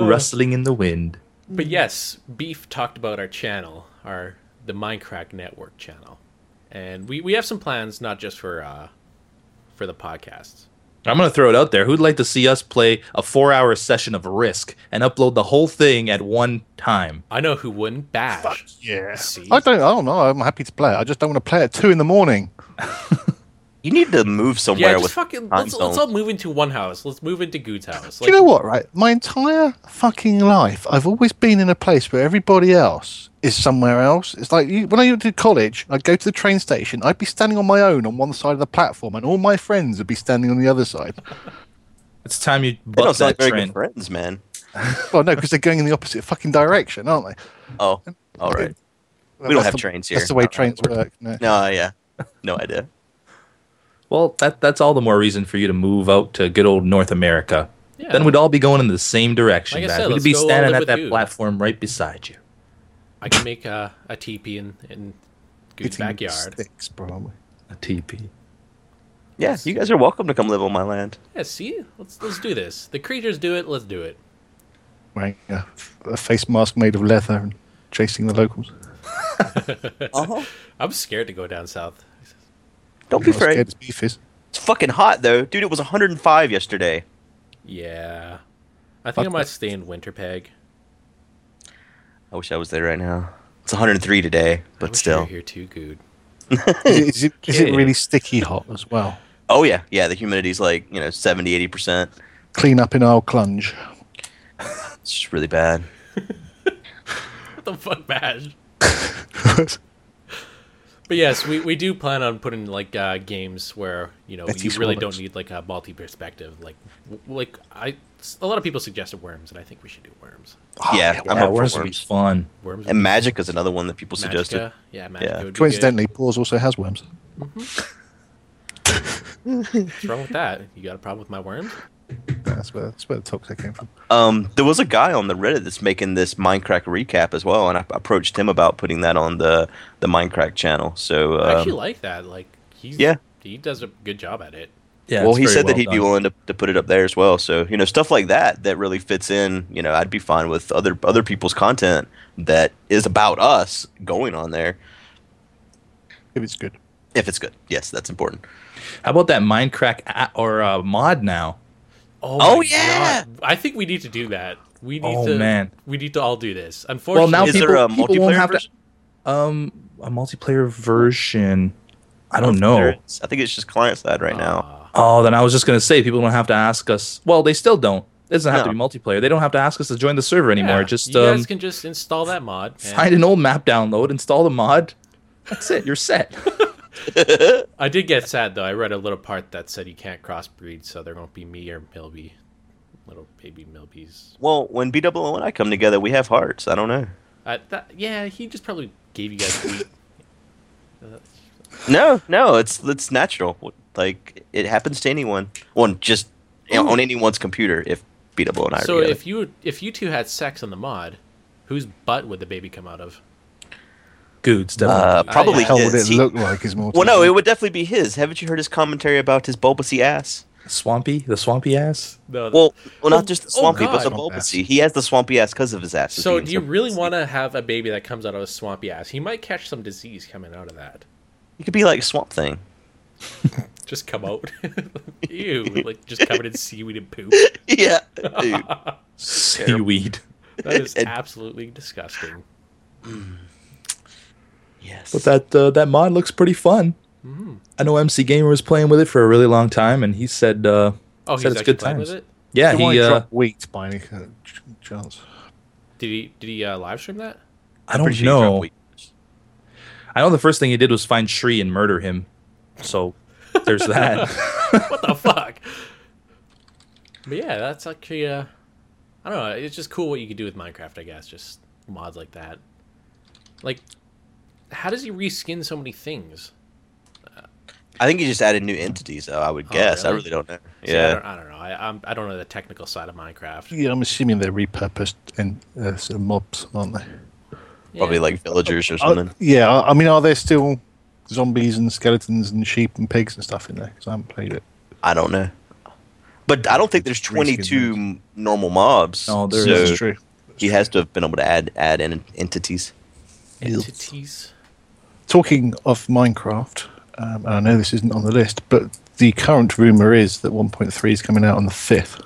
Rustling in the wind. But yes, Beef talked about our channel, our the Minecraft Network channel, and we we have some plans not just for uh for the podcast. I'm gonna throw it out there. Who'd like to see us play a four-hour session of Risk and upload the whole thing at one time? I know who wouldn't. Bash. Yeah. See? I don't. I don't know. I'm happy to play it. I just don't want to play at two in the morning. You need to move Yeah, somewhere just with fucking time let's, zones. let's all move into one house. Let's move into Good's house. Do you know what? Right, my entire fucking life, I've always been in a place where everybody else is somewhere else. It's like you, when I did college, I'd go to the train station. I'd be standing on my own on one side of the platform, and all my friends would be standing on the other side. It's time you They don't buck sound that very trend. good friends, man. well, no, because they're going in the opposite fucking direction, aren't they? Oh, all right. We don't That's have the- trains here. That's the way Not trains work. No. No, yeah, no idea. Well, that that's all the more reason for you to move out to good old North America. Yeah. Then we'd all be going in the same direction. Like I Bash. said, we'd let's be go all standing live at with that you. platform right beside you. I can make a, a teepee in, in Good's Hitting backyard. Sticks, probably. A TP. Yeah, you guys are welcome to come live on my land. Yeah, see, let's let's do this. The creatures do it. Let's do it. Wearing a, a face mask made of leather and chasing the locals. Uh-huh. I'm scared to go down south. Don't be Not as scared afraid. as beef is. It's fucking hot though, dude. It was 105 yesterday. Yeah, I think I might stay in Winterpeg. I wish I was there right now. It's 103 today, I but wish you were still. here too, Good. Is it, is it, is it Yeah. really sticky hot as well? Oh yeah, yeah. The humidity's like you know 70, 80 percent. Clean up in Isle Clunge. It's just really bad. What the fuck, Bash? But yes, we, we do plan on putting like uh, games where you know Betty you really Swallows. don't need like a multi perspective. Like w- like I a lot of people suggested worms, and I think we should do worms. yeah, I'm Yeah, up worms for would be worms. fun. Worms And magic is another one that people Magica. suggested. Yeah, magic. Yeah. Would be Coincidentally, Paws also has worms. good. what's wrong with that? You got a problem with my worms? That's where that's where the toxic came from. Um, there was a guy on the Reddit that's making this Minecraft recap as well, and I approached him about putting that on the the Minecraft channel. So I actually um, like that. Like he's yeah. he does a good job at it. Yeah. well, it's he very said that well he'd be done. willing to, to put it up there as well. So you know, stuff like that that really fits in. You know, I'd be fine with other other people's content that is about us going on there If it's good. if it's good. Yes, that's important. How about that Minecraft a- or uh, mod now? Oh, my yeah! God. I think we need to do that. We need Oh, to man. we need to all do this. Well, Unfortunately, now Is people, there a people won't multiplayer have version? to. Um, a multiplayer version. I don't There know. is. I think it's just client side right now. Uh, Oh, then I was just gonna say people don't have to ask us. Well, they still don't. It doesn't have to No. be multiplayer. They don't have to ask us to join the server anymore. yeah, Just you um, guys can just install that mod. and- find an old map download, install the mod. That's it. You're set. I did get sad though. I read a little part that said you can't crossbreed, so there won't be me or Milby, little baby Milbies. Well, when BWO and I come together, we have hearts. I don't know. Uh, that, yeah, he just probably gave you guys. Wheat. Uh, No, no, it's it's natural. Like it happens to anyone. Well, just you know, on anyone's computer if BWO and I Oh. so are together. if you if you two had sex on the mod, whose butt would the baby come out of? Goods, definitely. uh, I- probably Hell would his. it He- look like is more. Well, no, it would definitely be his. Haven't you heard his commentary about his bulbousy ass? swampy, the swampy ass. No, Well, well, Oh, not just the oh swampy, but God. the Swamp bulbousy. He has the swampy ass because of his ass. so do you really want to have a baby that comes out of a swampy ass? He might catch some disease coming out of that. He could be like Swamp Thing. just come out. Ew, like just covered in seaweed and poop. yeah, dude. Seaweed. That is And- absolutely disgusting. Yes. But that uh, that mod looks pretty fun. Mm. I know MC Gamer was playing with it for a really long time, and he said, uh, Oh, said it's he's actually good playing times. with it. Yeah, Do I he. Uh, drop wheat by any uh, ch- chance? Did he? Did he uh, live stream that? I don't Appreciate you dropping know. weight. I know the first thing he did was find Shri and murder him. So there's that. What the fuck? But yeah, that's actually. Uh, I don't know. It's just cool what you can do with Minecraft. I guess just mods like that. Like, how does he reskin so many things? I think he just added new entities, though. I would guess. I Oh, really? really don't know. See, I yeah. don't, I don't know. I I'm, I don't know the technical side of Minecraft. Yeah, I'm assuming they're repurposed and uh, sort of mobs, aren't they? Probably Yeah. like villagers or Uh, something. yeah, I I mean, are there still zombies and skeletons and sheep and pigs and stuff in there? Because I haven't played it. I don't know. But I don't think there's 22 m- normal mobs. No, there so is. That's true. He has to have been able to add add in entities. entities. Talking of Minecraft, um, and I know this isn't on the list, but the current rumor is that 1.3 is coming out on the 5th.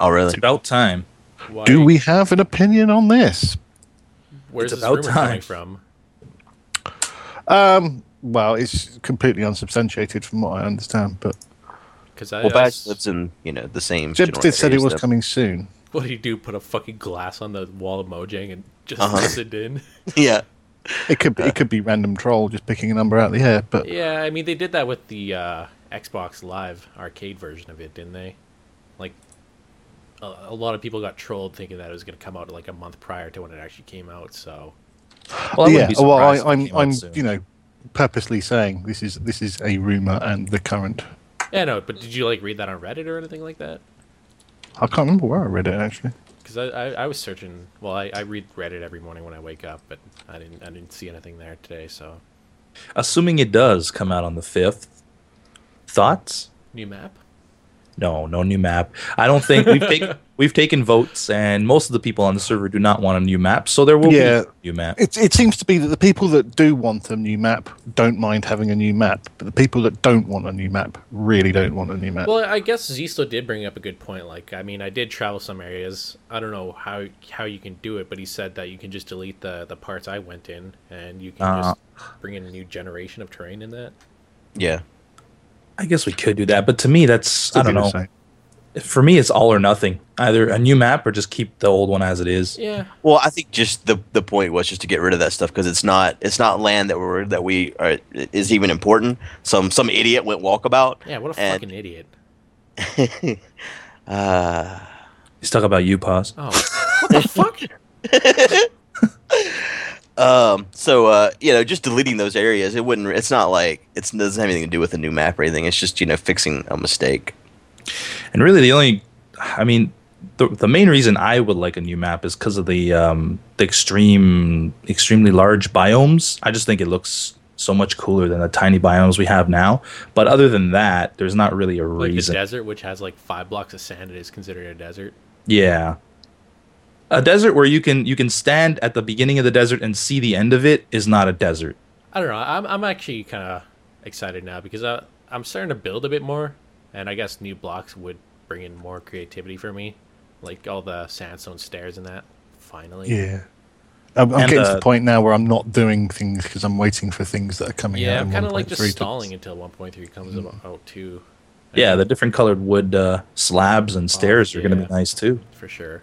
Oh, really? It's about time. Why- Do we have an opinion on this? Where's It's this about rumor time. coming from? Well, it's completely unsubstantiated from what I understand, but Because I Well, Batch that's- lives in you know the same. Jeb general did said it areas, was though. coming soon. What do you do? Put a fucking glass on the wall of Mojang and just Uh-huh. listen in? Yeah, It could be, Uh, it could be random troll just picking a number out of the air, but Yeah, I mean they did that with the uh, Xbox Live arcade version of it, didn't they? Like a, a lot of people got trolled thinking that it was going to come out like a month prior to when it actually came out. So Well, I yeah. wouldn't be Well, I, surprised if it I'm came out I'm soon. you know purposely saying this is this is a rumor and the current. yeah, no. But did you like read that on Reddit or anything like that? I can't remember where I read it actually. Because I, I, I was searching. Well, I, I read Reddit every morning when I wake up, but I didn't I didn't see anything there today. So Assuming it does come out on the fifth. Thoughts? new map. No, no new map. I don't think we've taken we've taken votes, and most of the people on the server do not want a new map, so there will Yeah. be a new map. It it seems to be that the people that do want a new map don't mind having a new map, but the people that don't want a new map really don't want a new map. Well, I guess Zisto did bring up a good point. Like, I mean, I did travel some areas. I don't know how how you can do it, but he said that you can just delete the the parts I went in, and you can just bring in a new generation of terrain in that. yeah. I guess we could do that, but to me, that's I It'll don't be the know. same. For me, it's all or nothing. Either a new map or just keep the old one as it is. Yeah, Well, I think just the the point was just to get rid of that stuff because it's not it's not land that we're that we are is even important. Some some idiot went walkabout. yeah. What a and- fucking idiot! He's talking about you, pause. Oh, what the fuck? Um, so uh, you know, just deleting those areas, it wouldn't. It's not like it's, it doesn't have anything to do with a new map or anything. It's just you know fixing a mistake. And really, the only, I mean, the, the main reason I would like a new map is because of the um, the extreme, extremely large biomes. I just think it looks so much cooler than the tiny biomes we have now. But other than that, there's not really a Like the reason. desert, which has like five blocks of sand, it is considered a desert. yeah, a desert where you can you can stand at the beginning of the desert and see the end of it is not a desert. I don't know. I'm I'm actually kind of excited now because I I'm starting to build a bit more, and I guess new blocks would bring in more creativity for me, like all the sandstone stairs and that. Finally, Yeah. I'm, I'm And, getting to uh, the point now where I'm not doing things because I'm waiting for things that are coming out. yeah. I'm in kind of like just 1.3 to- stalling until 1.3 comes Mm-hmm. out too, Yeah, the different colored wood uh, slabs and stairs are going to Oh, yeah. be nice too. for sure.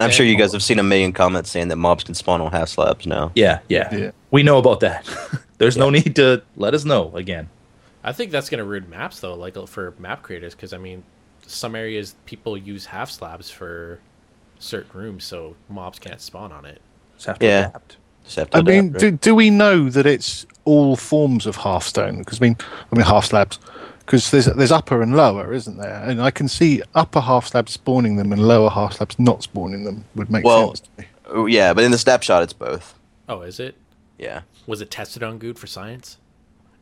I'm Yeah. sure you guys have seen a million comments saying that mobs can spawn on half slabs now. Yeah, yeah, Yeah. We know about that. There's no need to let us know again. I think that's gonna ruin maps though, like uh, for map creators, because I mean, some areas people use half slabs for certain rooms, so mobs can't spawn on it. Just have to Yeah. adapt. Just have to I mean, adapt, do, right? do we know that it's all forms of half stone? Because I mean, I mean half slabs. Because there's there's upper and lower, isn't there? And I can see upper half slabs spawning them and lower half slabs not spawning them would make Well- sense. To me. Oh, yeah, but in the snapshot, it's both. Oh, is it? Yeah. Was it tested on Good for science?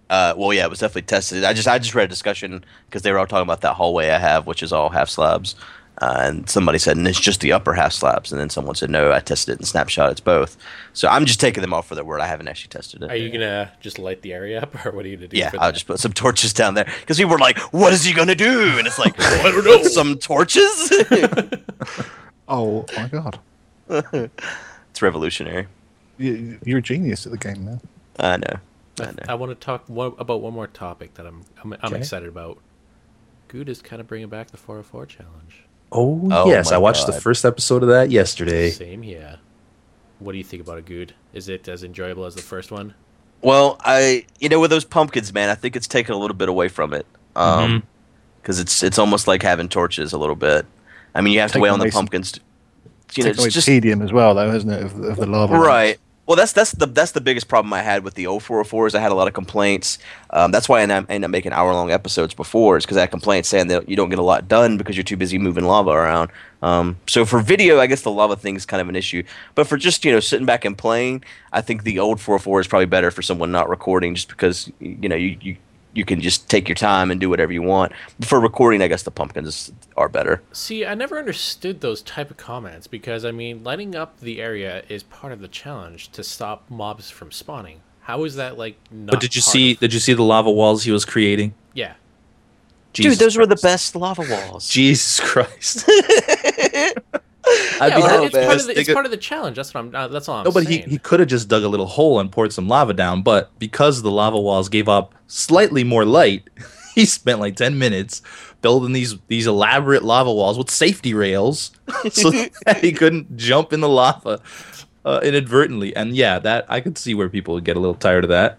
Uh, well, yeah, it was definitely tested. I just I just read a discussion because they were all talking about that hallway I have, which is all half slabs, Uh, and somebody said, and it's just the upper half slabs. And then someone said, no, I tested it in Snapshot. It's both. So I'm just taking them off for their word. I haven't actually tested it. Are you gonna just light the area up, or what are you gonna do? yeah, for I'll that? just put some torches down there because people were like, "What is he gonna do?" And it's like, "I don't know." Some torches. Oh my god, it's revolutionary. you, you're a genius at the game now. I know. I know. I, want to talk one, about one more topic that I'm I'm, I'm Okay. excited about. Good is kind of bringing back the 404 challenge. Oh, Oh yes, my I watched the God. first episode of that yesterday. Same here. What do you think about a good? Is it as enjoyable as the first one? Well, I you know with those pumpkins, man, I think it's taken a little bit away from it. Um 'cause because it's it's almost like having torches a little bit. I mean, you have to Taking wait on the away some- pumpkins. to- you It's know, Take away it's just tedium as well, though, isn't it? Of, of the lava, Right. Well, that's that's the that's the biggest problem I had with the 0404 is I had a lot of complaints. Um, that's why I ended ended up making hour long episodes before is because I had complaints saying that you don't get a lot done because you're too busy moving lava around. Um, so for video, I guess the lava thing is kind of an issue, but for just you know sitting back and playing, I think the old 404 is probably better for someone not recording just because you know you. you you can just take your time and do whatever you want. For recording, I guess the pumpkins are better. See, I never understood those type of comments because I mean, lighting up the area is part of the challenge to stop mobs from spawning. How is that like? Not But did you part see? of- Did you see the lava walls he was creating? yeah. Jesus Dude, those were the Christ. best lava walls. Jesus Christ! Yeah, Oh, I'd be well, happy it's, part just of the, dig it's a- part of the challenge. That's what I'm. Uh, that's all I'm No, but he, saying. he could have just dug a little hole and poured some lava down. But because the lava walls gave up slightly more light, he spent like ten minutes building these these elaborate lava walls with safety rails, so that he couldn't jump in the lava uh, inadvertently. And yeah, that I could see where people would get a little tired of that.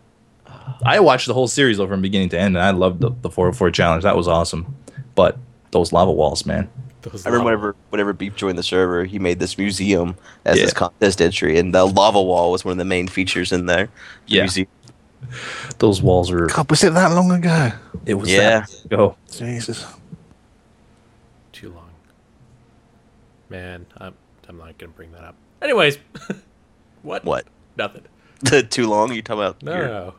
I watched the whole series though from beginning to end, and I loved the the four four challenge. That was awesome. But those lava walls, man. Those I remember lava- whenever, whenever Beef joined the server, he made this museum as his Yeah. contest entry, and the lava wall was one of the main features in there. The Yeah. museum. Those walls were. God, was it that long ago? It was Yeah. that go. Jesus. too long. Man, I'm I'm not gonna bring that up. Anyways, what? What? Nothing. Too long? You talking about? No, your- no, no.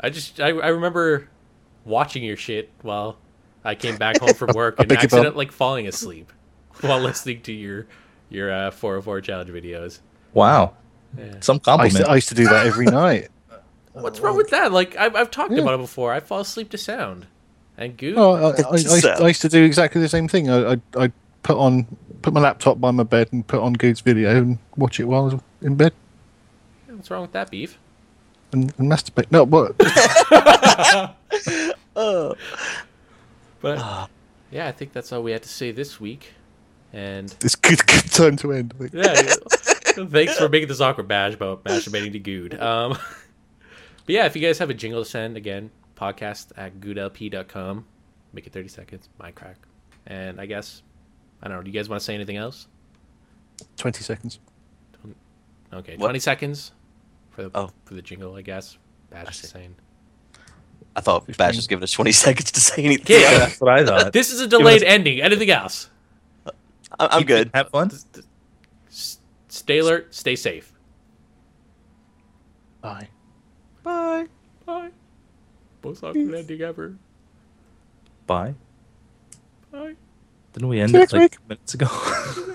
I just I, I remember watching your shit while I came back home from work I and beg your accident pardon? like falling asleep while listening to your your uh, 404 challenge videos. Wow. Yeah. Some I compliment. used, to, I used to do that every night. What's wrong with that? Like I've I've talked Yeah. about it before. I fall asleep to sound. And goo. Oh, I, I, I, used, So- I used to do exactly the same thing. I, I, I put on put my laptop by my bed and put on Good's video and watch it while I was in bed What's wrong with that beef? and, and masturbate. No, what? But yeah, I think that's all we had to say this week. And it's good, good time to end. I think. yeah. yeah. Thanks for making this awkward bash about masturbating to Good. Um, but yeah, if you guys have a jingle to send, again, podcast at goodlp.com. Make it 30 seconds. My crack. And I guess, I don't know, do you guys want to say anything else? Twenty seconds. Okay, What? 20 seconds for the, Oh. for the jingle, I guess. Bash see. is saying. I thought Bash was giving us twenty seconds to say anything. Yeah. Yeah, that's what I thought. This is a delayed us- ending. Anything else? I- I'm good. Have fun. S- Stay alert. Stay safe. Bye. Bye. Bye. Most awkward ending ever. Bye. Bye. Didn't we end See you it next like week. minutes ago?